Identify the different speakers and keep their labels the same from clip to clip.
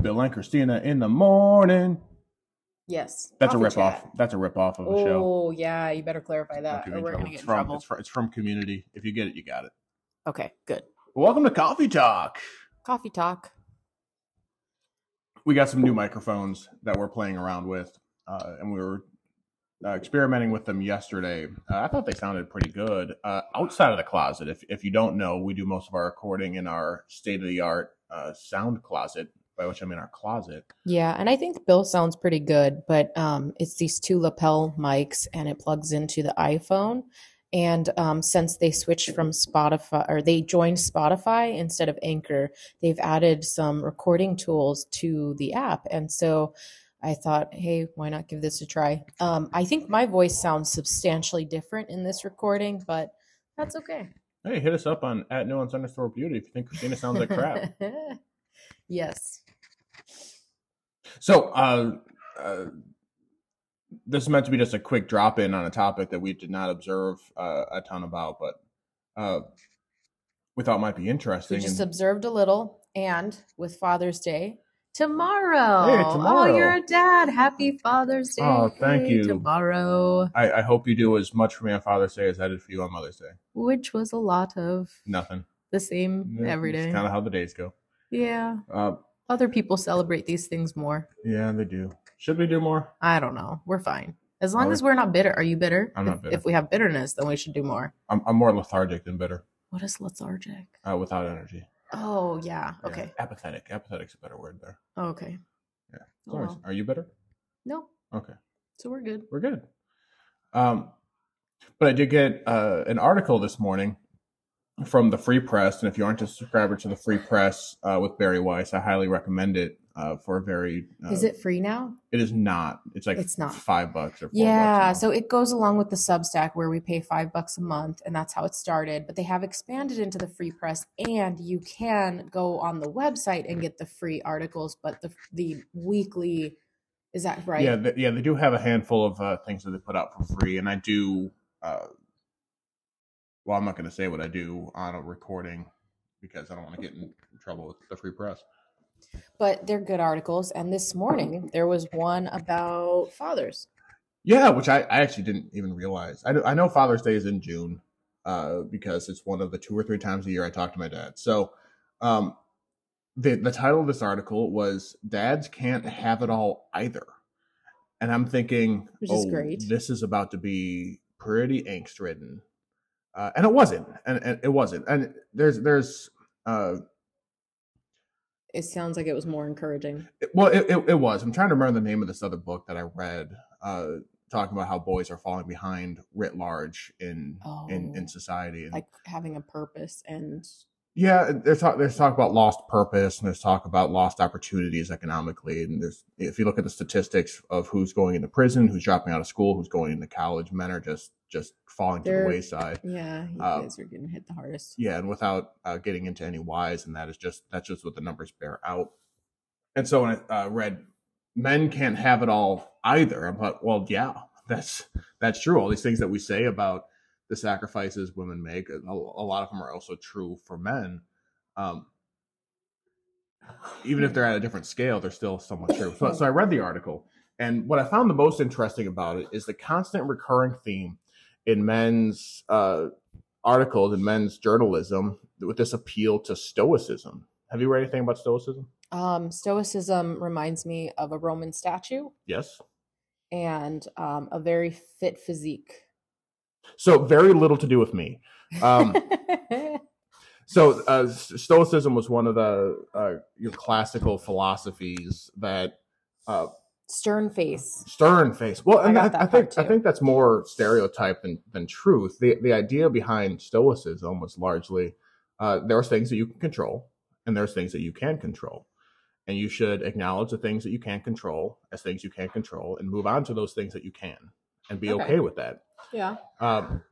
Speaker 1: Bill and Christina in the morning.
Speaker 2: Yes.
Speaker 1: That's
Speaker 2: Coffee
Speaker 1: a rip off.
Speaker 2: chat.
Speaker 1: That's a rip off of a show.
Speaker 2: Oh yeah, you better clarify that,
Speaker 1: Don't you
Speaker 2: or
Speaker 1: in
Speaker 2: we're
Speaker 1: trouble.
Speaker 2: gonna
Speaker 1: It's
Speaker 2: get in
Speaker 1: from-
Speaker 2: trouble.
Speaker 1: It's fr- it's from Community. If you get it, you got it.
Speaker 2: Okay, good.
Speaker 1: Welcome to Coffee Talk.
Speaker 2: Coffee talk.
Speaker 1: we got some new microphones that we're playing around with, uh, and we were uh, experimenting with them yesterday. Uh, I thought they sounded pretty good uh, outside of the closet. If if you don't know, we do most of our recording in our state of the art uh, sound closet, by which I mean our closet.
Speaker 2: Yeah, and I think Bill sounds pretty good, but um, it's these two lapel mics and it plugs into the iPhone. And um, since they switched from Spotify or they joined Spotify instead of Anchor, they've added some recording tools to the app. And so I thought, hey, why not give this a try? Um, I think my voice sounds substantially different in this recording, but that's okay.
Speaker 1: Hey, hit us up on at nuance underscore beauty if you think Christina sounds like crap.
Speaker 2: yes.
Speaker 1: So, uh, uh, this is meant to be just a quick drop in on a topic that we did not observe uh, a ton about, but uh, we thought might be interesting.
Speaker 2: We just
Speaker 1: and-
Speaker 2: observed a little, and with Father's Day tomorrow.
Speaker 1: Hey, tomorrow.
Speaker 2: Oh, you're a dad. Happy Father's Day.
Speaker 1: Oh, thank you.
Speaker 2: Tomorrow,
Speaker 1: I, I hope you do as much for me on Father's Day as I did for you on Mother's Day.
Speaker 2: which was a lot of
Speaker 1: Nothing.
Speaker 2: the same every day.
Speaker 1: kind of how the days go.
Speaker 2: yeah.
Speaker 1: Uh,
Speaker 2: Other people celebrate these things more.
Speaker 1: yeah, they do. Should we do more?
Speaker 2: I don't know. We're fine. As
Speaker 1: Are
Speaker 2: long
Speaker 1: we?
Speaker 2: as we're not bitter. Are you bitter?
Speaker 1: I'm
Speaker 2: if,
Speaker 1: not bitter.
Speaker 2: If we have bitterness, then we should do more.
Speaker 1: I'm, I'm more lethargic than bitter,
Speaker 2: What is lethargic?
Speaker 1: uh, without energy.
Speaker 2: Oh, yeah.
Speaker 1: Yeah.
Speaker 2: Okay.
Speaker 1: Apathetic. Apathetic's a better word there.
Speaker 2: okay.
Speaker 1: Yeah.
Speaker 2: Oh,
Speaker 1: Sorry.
Speaker 2: well.
Speaker 1: Are you bitter?
Speaker 2: No.
Speaker 1: Okay.
Speaker 2: So we're good.
Speaker 1: We're good. Um, but I did get uh, an article this morning from the Free Press, and if you aren't a subscriber to the Free Press uh, with Barry Weiss, I highly recommend it uh, for a very. Uh,
Speaker 2: Is it free now?
Speaker 1: It is not. It's like
Speaker 2: It's not.
Speaker 1: five bucks or four
Speaker 2: Yeah,
Speaker 1: bucks now.
Speaker 2: so it goes along with the Substack where we pay five bucks a month, and that's how it started. But they have expanded into the free press, and you can go on the website and get the free articles. But the the weekly is that right?
Speaker 1: Yeah, th- yeah, they do have a handful of uh, things that they put out for free, and I do. Uh, well, I'm not going to say what I do on a recording because I don't want to get in trouble with the free press.
Speaker 2: But they're good articles. And this morning there was one about fathers.
Speaker 1: Yeah, which I, I actually didn't even realize. I, do- I know Father's Day is in June uh, because it's one of the two or three times a year I talk to my dad. So, um, the the title of this article was "Dads Can't Have It All Either," and I'm thinking, oh,
Speaker 2: Which is great.
Speaker 1: This is about to be pretty angst ridden, uh, and it wasn't, and, and it wasn't, and there's there's uh,
Speaker 2: It sounds like it was more encouraging.
Speaker 1: it- well it, it, it was i'm trying to remember the name of this other book that i read uh talking about how boys are falling behind writ large in in,
Speaker 2: Oh.
Speaker 1: in society and
Speaker 2: Like having a purpose and
Speaker 1: yeah there's talk there's talk about lost purpose and there's talk about lost opportunities economically and there's if you look at the statistics of who's going into prison who's dropping out of school who's going into college men are just just falling to
Speaker 2: They're-
Speaker 1: the wayside
Speaker 2: yeah, you
Speaker 1: Um,
Speaker 2: guys are getting hit the hardest.
Speaker 1: yeah and without uh, getting into any whys and that is just that's just what the numbers bear out and so when i uh, read men can't have it all either i'm like well yeah that's that's true all these things that we say about the sacrifices women make a, a lot of them are also true for men um even if they're at a different scale they're still somewhat true so, so i read the article and what i found the most interesting about it is the constant recurring theme in men's uh articles in men's journalism with this appeal to stoicism. Have you read anything about stoicism?
Speaker 2: Um, Stoicism reminds me of a Roman statue.
Speaker 1: Yes.
Speaker 2: and um, a very fit physique.
Speaker 1: So very little to do with me. Um, so uh, s- stoicism was one of the uh, your classical philosophies that uh,
Speaker 2: Stern face.
Speaker 1: stern face. Well,
Speaker 2: I
Speaker 1: and I,
Speaker 2: got
Speaker 1: I
Speaker 2: that
Speaker 1: think
Speaker 2: part
Speaker 1: I
Speaker 2: too.
Speaker 1: think that's more stereotype than than truth. The the idea behind stoicism was largely uh, there are things that you can control, and there's things that you can control, and you should acknowledge the things that you can't control as things you can't control, and move on to those things that you can, and be okay,
Speaker 2: Okay.
Speaker 1: with that.
Speaker 2: Yeah.
Speaker 1: Um,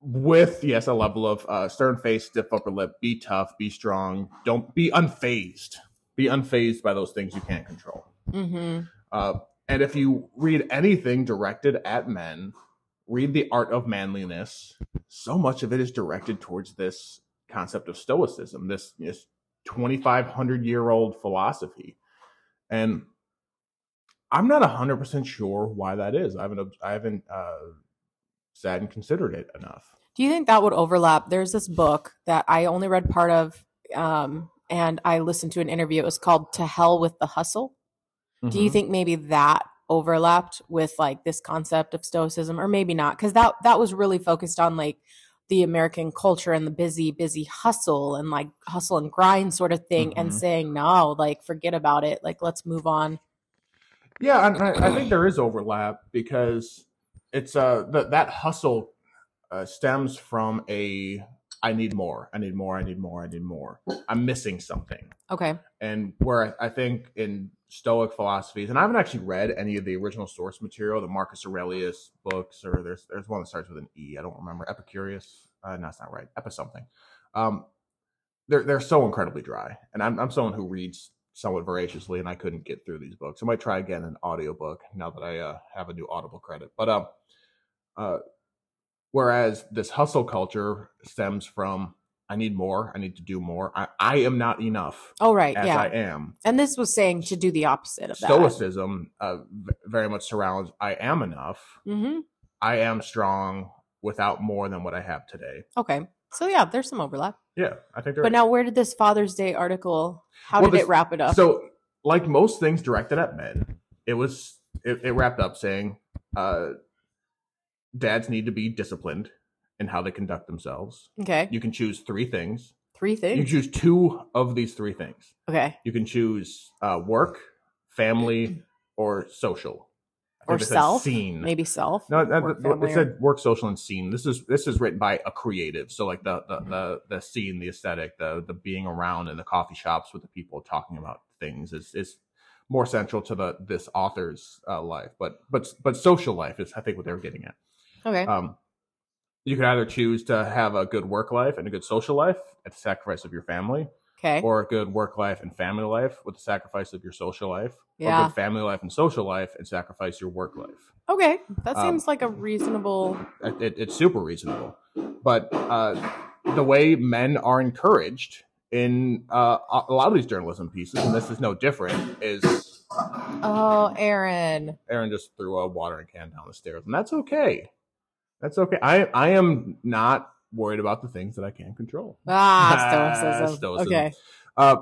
Speaker 1: with yes, a level of uh, stern face, stiff upper lip, be tough, be strong, don't be unfazed, be unfazed by those things you can't control.
Speaker 2: hmm
Speaker 1: Uh, and if you read anything directed at men, read The Art of Manliness. So much of it is directed towards this concept of stoicism, this, this 2500 year old philosophy and i'm not 100% sure why that is i haven't i haven't uh, sat and considered it enough
Speaker 2: Do you think that would overlap? There's this book that I only read part of, um, and I listened to an interview. It was called "To Hell with the Hustle." Do you
Speaker 1: Mhm.
Speaker 2: think maybe that overlapped with like this concept of stoicism, or maybe not? Because that that was really focused on like the American culture and the busy, busy hustle and like hustle and grind sort of thing,
Speaker 1: Mhm.
Speaker 2: and saying no, like forget about it, like let's move on.
Speaker 1: Yeah, and I, I think there is overlap because it's uh that that hustle uh, stems from a I need more, I need more, I need more, I need more. I'm missing something,
Speaker 2: Okay,
Speaker 1: and where I, I think in Stoic philosophies, and I haven't actually read any of the original source material, the Marcus Aurelius books, or there's there's one that starts with an E, I don't remember, Epicurus. Uh, no, it's not right, Epi something. Um, they're they're so incredibly dry, and I'm I'm someone who reads somewhat voraciously, and I couldn't get through these books. I might try again an audiobook now that I uh, have a new Audible credit. But um, uh, whereas this hustle culture stems from I need more, I need to do more, I, I am not enough
Speaker 2: oh right,
Speaker 1: as
Speaker 2: yeah.
Speaker 1: I am.
Speaker 2: and this was saying to do the opposite of that.
Speaker 1: Stoicism uh, v- very much surrounds I am enough,
Speaker 2: hmm
Speaker 1: I am strong without more than what I have today.
Speaker 2: Okay, so yeah, there's some overlap.
Speaker 1: Yeah, I think there is.
Speaker 2: But now, where did this Father's Day article? How
Speaker 1: Well,
Speaker 2: did
Speaker 1: this-
Speaker 2: it wrap it up?
Speaker 1: So, like most things directed at men, it was it, it wrapped up saying, uh, "Dads need to be disciplined in how they conduct themselves.
Speaker 2: okay,
Speaker 1: You can choose three things.
Speaker 2: three
Speaker 1: You can
Speaker 2: things.
Speaker 1: choose two of these three things.
Speaker 2: Okay,
Speaker 1: You can choose uh, work, family, or social, I
Speaker 2: or
Speaker 1: think it said
Speaker 2: self,
Speaker 1: Scene.
Speaker 2: maybe self.
Speaker 1: No, that,
Speaker 2: work,
Speaker 1: that-
Speaker 2: family,
Speaker 1: it
Speaker 2: or-
Speaker 1: said work, social, and scene. This is this is written by a creative, so like the
Speaker 2: Mm-hmm.
Speaker 1: the the, the scene, the aesthetic, the the being around in the coffee shops with the people talking about things is is more central to the this author's uh, life. But but but social life is I think what they were getting at.
Speaker 2: okay,
Speaker 1: Um, you can either choose to have a good work life and a good social life at the sacrifice of your family,
Speaker 2: okay,
Speaker 1: or a good work life and family life with the sacrifice of your social life, or
Speaker 2: Yeah.
Speaker 1: good family life and social life and sacrifice your work life.
Speaker 2: okay. That
Speaker 1: um,
Speaker 2: seems like a reasonable.
Speaker 1: it, it- it's super reasonable. But uh, the way men are encouraged in uh, a a lot of these journalism pieces, and this is no different, is
Speaker 2: Oh, Aaron.
Speaker 1: Aaron just threw a watering can down the stairs, and that's okay. That's okay. I I am not worried about the things that I can control.
Speaker 2: Ah,
Speaker 1: Ah,
Speaker 2: stoicism.
Speaker 1: stoicism.
Speaker 2: Okay,
Speaker 1: Uh,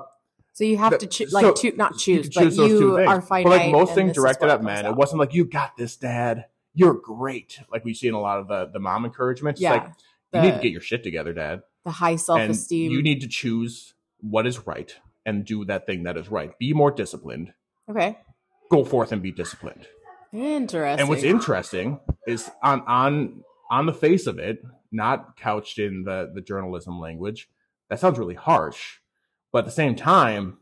Speaker 2: so you have
Speaker 1: The-
Speaker 2: to choo-
Speaker 1: so
Speaker 2: like choo- not
Speaker 1: you
Speaker 2: choose,
Speaker 1: can
Speaker 2: but
Speaker 1: those two
Speaker 2: you
Speaker 1: things.
Speaker 2: are finite.
Speaker 1: But like most
Speaker 2: and
Speaker 1: things
Speaker 2: this is
Speaker 1: directed
Speaker 2: what
Speaker 1: at
Speaker 2: comes
Speaker 1: men,
Speaker 2: out.
Speaker 1: it wasn't like you got this, dad. You're great, like we see in a lot of the the mom encouragement. It's
Speaker 2: Yeah,
Speaker 1: like
Speaker 2: the,
Speaker 1: you need to get your shit together, dad.
Speaker 2: the high self
Speaker 1: and
Speaker 2: esteem.
Speaker 1: you need to choose what is right and do that thing that is right. Be more disciplined.
Speaker 2: okay,
Speaker 1: Go forth and be disciplined.
Speaker 2: interesting.
Speaker 1: And what's interesting is on on on the face of it, not couched in the the journalism language. That sounds really harsh, but at the same time,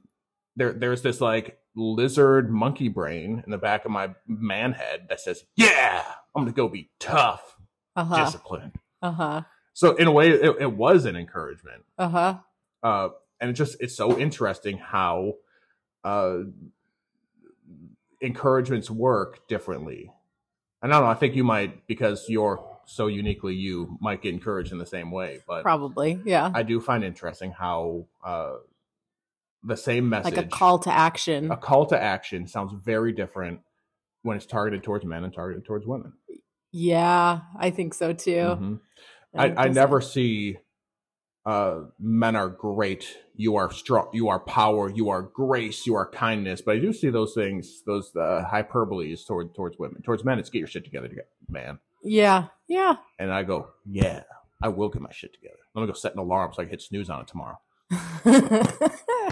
Speaker 1: there there's this like lizard monkey brain in the back of my man head that says, "Yeah, I'm gonna go be tough,
Speaker 2: Uh huh.
Speaker 1: disciplined."
Speaker 2: Uh huh.
Speaker 1: So in a way, it, it was an encouragement.
Speaker 2: Uh huh.
Speaker 1: uh, and it just it's so interesting how uh, encouragements work differently. And I don't know. I think you might because you're so uniquely you might get encouraged in the same way. But
Speaker 2: Probably. Yeah.
Speaker 1: I do find interesting how uh, the same message, Oh.
Speaker 2: Like a call to action.
Speaker 1: a call to action, sounds very different when it's targeted towards men and targeted towards women.
Speaker 2: Yeah, I think so too.
Speaker 1: Mhm. I, I
Speaker 2: Just-
Speaker 1: never see uh men are great you are strong you are power you are grace you are kindness but i do see those things those uh hyperboles toward towards women towards men it's get your shit together to- man
Speaker 2: Yeah. Yeah.
Speaker 1: and i go yeah i will get my shit together let me go set an alarm so i can hit snooze on it tomorrow
Speaker 2: oh,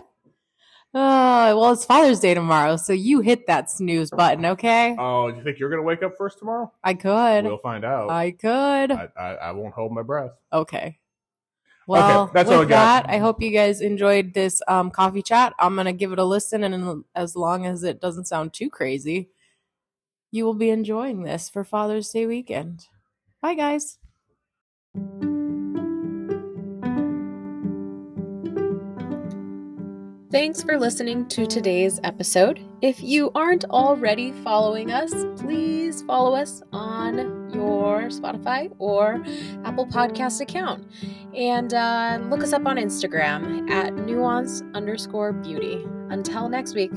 Speaker 2: Uh, well, it's Father's Day tomorrow, so you hit that snooze button, okay?
Speaker 1: oh do you think you're gonna wake up first tomorrow
Speaker 2: I could.
Speaker 1: we'll find out
Speaker 2: I could.
Speaker 1: I, I i won't hold my breath
Speaker 2: okay. Well,
Speaker 1: that's
Speaker 2: with
Speaker 1: all I got.
Speaker 2: that, I hope you guys enjoyed this um, coffee chat. I'm going to give it a listen, and in- as long as it doesn't sound too crazy, you will be enjoying this for Father's Day weekend. Bye, guys.
Speaker 3: Thanks for listening to today's episode. If you aren't already following us, please follow us on your Spotify or Apple Podcast account. And uh, look us up on Instagram at nuance underscore beauty. Until next week.